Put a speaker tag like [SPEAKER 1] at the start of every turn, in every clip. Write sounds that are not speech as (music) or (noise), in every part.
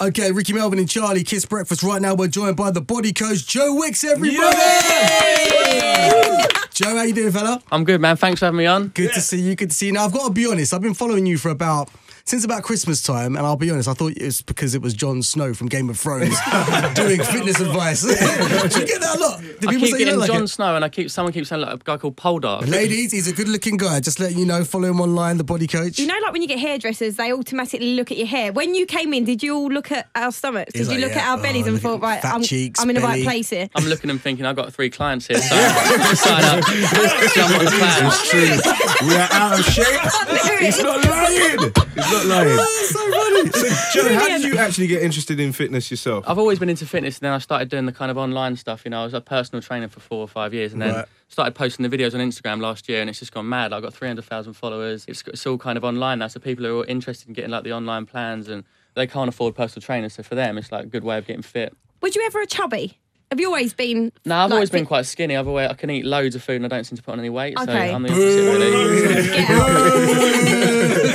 [SPEAKER 1] Okay, Ricky Melvin and Charlie, Kiss Breakfast. Right now, we're joined by the body coach, Joe Wicks, everybody. Joe, how you doing, fella?
[SPEAKER 2] I'm good, man. Thanks for having me on.
[SPEAKER 1] Good to see you. Good to see you. Now, I've got to be honest. I've been following you for about since about Christmas time, and I'll be honest. I thought it was because it was Jon Snow from Game of
[SPEAKER 2] (laughs)
[SPEAKER 1] Thrones doing fitness advice. (laughs) Do you get that a lot? Do
[SPEAKER 2] I
[SPEAKER 1] people
[SPEAKER 2] keep
[SPEAKER 1] say you
[SPEAKER 2] getting
[SPEAKER 1] look like
[SPEAKER 2] Jon
[SPEAKER 1] it?
[SPEAKER 2] Snow, and I keep someone keeps saying like a guy called Poldark.
[SPEAKER 1] Ladies, he's a good-looking guy. Just letting you know. Follow him online, the body coach.
[SPEAKER 3] You know, like when you get hairdressers, they automatically look at your hair. When you came in, did you all look at our stomachs?
[SPEAKER 1] He's
[SPEAKER 3] Did you
[SPEAKER 1] like,
[SPEAKER 3] look
[SPEAKER 1] yeah,
[SPEAKER 3] at our
[SPEAKER 1] oh,
[SPEAKER 3] bellies
[SPEAKER 1] look
[SPEAKER 3] and
[SPEAKER 1] at
[SPEAKER 3] thought, right,
[SPEAKER 1] fat
[SPEAKER 3] I'm,
[SPEAKER 1] cheeks,
[SPEAKER 3] I'm in the
[SPEAKER 1] belly.
[SPEAKER 3] right place here? (laughs)
[SPEAKER 2] I'm looking and thinking I've got three clients
[SPEAKER 1] (laughs)
[SPEAKER 2] here, so sign up. See, I'm on the plan.
[SPEAKER 4] It's true. We are out of shape. It's not lying. It's not lying.
[SPEAKER 1] That's Oh, so funny.
[SPEAKER 4] So, Joe, how did you actually get interested in fitness yourself?
[SPEAKER 2] I've always been into fitness, and then I started doing the kind of online stuff. You know, I was a personal trainer for four or five years, and then
[SPEAKER 1] Right.
[SPEAKER 2] started posting the videos on Instagram last year, and it's just gone mad. I've got 300,000 followers. It's, it's all kind of online now, so people are all interested in getting like the online plans, and they can't afford personal trainers, so for them, it's like a good way of getting fit.
[SPEAKER 3] Was you ever a chubby? Have you always been?
[SPEAKER 2] No, I've
[SPEAKER 3] like,
[SPEAKER 2] always been
[SPEAKER 3] fit-
[SPEAKER 2] quite skinny. I've always, I can eat loads of food and I don't seem to put on any weight. So
[SPEAKER 3] Okay.
[SPEAKER 2] I'm the opposite, really.
[SPEAKER 3] Get out.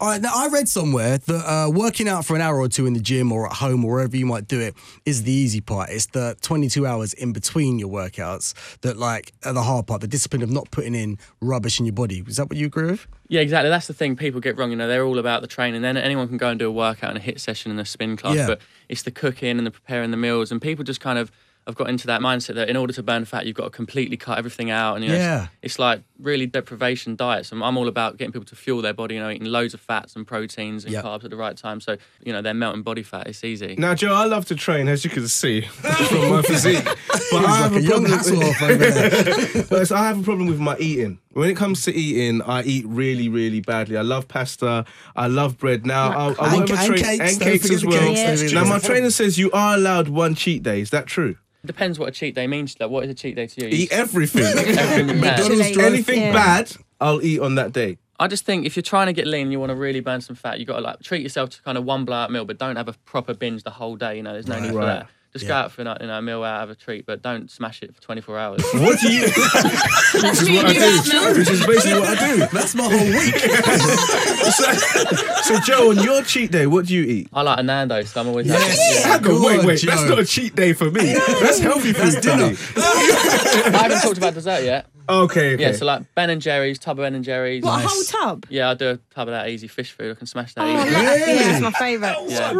[SPEAKER 1] All right, now I read somewhere that uh, working out for an hour or two in the gym or at home or wherever you might do it is the easy part. It's the 22 hours in between your workouts that, like, are the hard part, the discipline of not putting in rubbish in your body. Is that what you agree with?
[SPEAKER 2] Yeah, exactly. That's the thing people get wrong. You know, they're all about the training. Then anyone can go and do a workout and a hit session and a spin class,
[SPEAKER 1] Yeah.
[SPEAKER 2] but it's the cooking and the preparing the meals. And people just kind of have got into that mindset that in order to burn fat, you've got to completely cut everything out. And you know, it's-
[SPEAKER 1] Yeah.
[SPEAKER 2] it's, like really deprivation diets. And I'm all about getting people to fuel their body. You know, eating loads of fats and proteins and
[SPEAKER 1] Yeah.
[SPEAKER 2] carbs at the right time. So you know, they're melting body fat. It's easy.
[SPEAKER 4] Now, Joe, I love to train, as you can see
[SPEAKER 1] (laughs)
[SPEAKER 4] from my physique. But I
[SPEAKER 1] He's like
[SPEAKER 4] have
[SPEAKER 1] a
[SPEAKER 4] a
[SPEAKER 1] young
[SPEAKER 4] problem.
[SPEAKER 1] Hasselhoff over
[SPEAKER 4] (laughs)
[SPEAKER 1] there.
[SPEAKER 4] But I have a problem with my eating. When it comes to eating, I eat really, really badly. I love pasta. I love bread. Now, I, I
[SPEAKER 1] And-
[SPEAKER 4] won't
[SPEAKER 1] and
[SPEAKER 4] train-
[SPEAKER 1] cakes,
[SPEAKER 4] and
[SPEAKER 1] don't
[SPEAKER 4] cakes
[SPEAKER 1] forget
[SPEAKER 4] as
[SPEAKER 1] the
[SPEAKER 4] well.
[SPEAKER 1] cakes,
[SPEAKER 3] Yeah.
[SPEAKER 1] they're really
[SPEAKER 4] Now, my
[SPEAKER 1] good.
[SPEAKER 4] trainer says you are allowed one cheat day. Is that true?
[SPEAKER 2] Depends what a cheat day means. Like, what is a cheat day to you?
[SPEAKER 1] (laughs)
[SPEAKER 4] Eat everything. (laughs)
[SPEAKER 2] everything you can.
[SPEAKER 1] McDonald's
[SPEAKER 3] Literally.
[SPEAKER 1] drive.
[SPEAKER 4] Anything
[SPEAKER 3] Yeah.
[SPEAKER 4] bad, I'll eat on that day.
[SPEAKER 2] I just think if you're trying to get lean, and you want to really burn some fat, you got to like treat yourself to kind of one blowout meal, but don't have a proper binge the whole day. You know, there's no need for
[SPEAKER 4] Right.
[SPEAKER 2] that. Just go out for like, you know, a meal out, have a treat, but don't smash it for 24
[SPEAKER 4] (laughs)
[SPEAKER 2] hours.
[SPEAKER 4] What do you?
[SPEAKER 3] That's me and you out, Mel.
[SPEAKER 4] Which is basically what I do.
[SPEAKER 1] That's my whole
[SPEAKER 4] (laughs)
[SPEAKER 1] week.
[SPEAKER 4] So, so, Joe, on your cheat day, what do you eat?
[SPEAKER 2] I like a Nando's, so I'm always
[SPEAKER 1] Yeah.
[SPEAKER 4] Hang on,
[SPEAKER 1] Go on,
[SPEAKER 4] wait, wait. That's
[SPEAKER 1] Joe.
[SPEAKER 4] not a cheat day for me. That's healthy food.
[SPEAKER 1] That's dinner.
[SPEAKER 4] buddy.
[SPEAKER 2] I haven't talked about dessert yet.
[SPEAKER 4] Okay. okay.
[SPEAKER 2] Yeah, so like Ben and Jerry's, tub of Ben and Jerry's.
[SPEAKER 3] What, a whole
[SPEAKER 1] Nice.
[SPEAKER 3] tub?
[SPEAKER 2] Yeah, I do a tub of that easy fish food. I can smash that
[SPEAKER 3] Oh, I
[SPEAKER 2] easy.
[SPEAKER 3] love-
[SPEAKER 1] Really?
[SPEAKER 3] yeah, that's my favourite.
[SPEAKER 2] Yeah.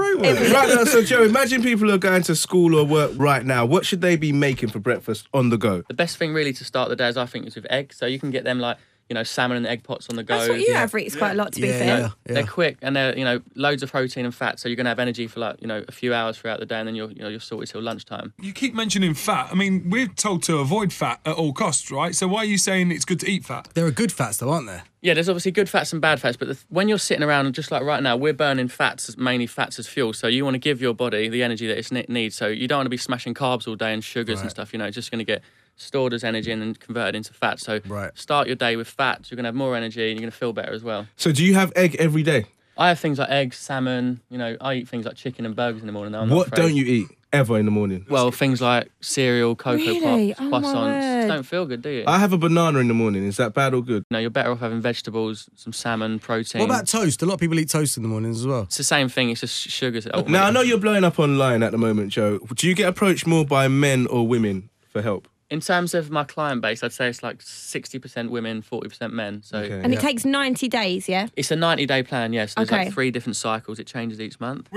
[SPEAKER 4] Right now, so Joe, imagine people are going to school or work right now. What should they be making for breakfast on the go?
[SPEAKER 2] The best thing really to start the day is I think is with eggs. So you can get them like, you know, salmon and egg pots on the go.
[SPEAKER 3] That's what you
[SPEAKER 2] Yeah.
[SPEAKER 3] have eats quite a lot, to be
[SPEAKER 1] Yeah,
[SPEAKER 3] fair.
[SPEAKER 1] yeah.
[SPEAKER 2] They're quick and they're you know loads of protein and fat, so you're gonna have energy for like you know a few hours throughout the day, and then you're you know you're sorted till lunchtime.
[SPEAKER 5] You keep mentioning fat. I mean, we're told to avoid fat at all costs, right? So why are you saying it's good to eat fat?
[SPEAKER 1] There are good fats, though, aren't there?
[SPEAKER 2] Yeah, there's obviously good fats and bad fats, but the, th- when you're sitting around, just like right now, we're burning fats as mainly fats as fuel, so you want to give your body the energy that it ne- needs. So you don't want to be smashing carbs all day and sugars and stuff. You know, it's just gonna get stored as energy and then converted into fat. So
[SPEAKER 1] Right.
[SPEAKER 2] start your day with fats. You're gonna have more energy and you're gonna feel better as well.
[SPEAKER 4] So, do you have egg every day?
[SPEAKER 2] I have things like eggs, salmon. You know, I eat things like chicken and burgers in the morning. Though, I'm not
[SPEAKER 4] What
[SPEAKER 2] afraid.
[SPEAKER 4] don't you eat ever in the morning?
[SPEAKER 2] Well, things like cereal, cocoa
[SPEAKER 3] Really?
[SPEAKER 2] pops,
[SPEAKER 3] Oh, my
[SPEAKER 2] croissants
[SPEAKER 3] word.
[SPEAKER 2] don't feel good, do you?
[SPEAKER 4] I have a banana in the morning. Is that bad or good?
[SPEAKER 2] no, you're better off having vegetables, some salmon, protein.
[SPEAKER 1] What about toast? A lot of people eat toast in the mornings as well.
[SPEAKER 2] It's the same thing. It's just sh- sugars. that
[SPEAKER 4] Now, I
[SPEAKER 2] ultimately-
[SPEAKER 4] know you're blowing up online at the moment, Joe. Do you get approached more by men or women for help?
[SPEAKER 2] In terms of my client base, I'd say it's like 60% women, 40% men. So
[SPEAKER 4] Okay.
[SPEAKER 3] And it takes 90 days,
[SPEAKER 1] (laughs)
[SPEAKER 3] yeah?
[SPEAKER 2] it's a 90 day plan, yes. there's
[SPEAKER 3] Okay.
[SPEAKER 2] like three different cycles. It changes each month.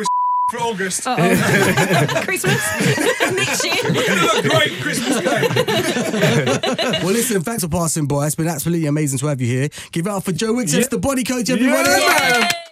[SPEAKER 5] For (laughs) August.
[SPEAKER 3] Uh-oh. (laughs) Christmas? Next year?
[SPEAKER 5] Look, great Christmas (laughs) game.
[SPEAKER 1] Well, listen, thanks for passing by. It's been absolutely amazing to have you here. Give it up for Joe Wicks, it's the body coach, everybody.
[SPEAKER 4] Yeah, man.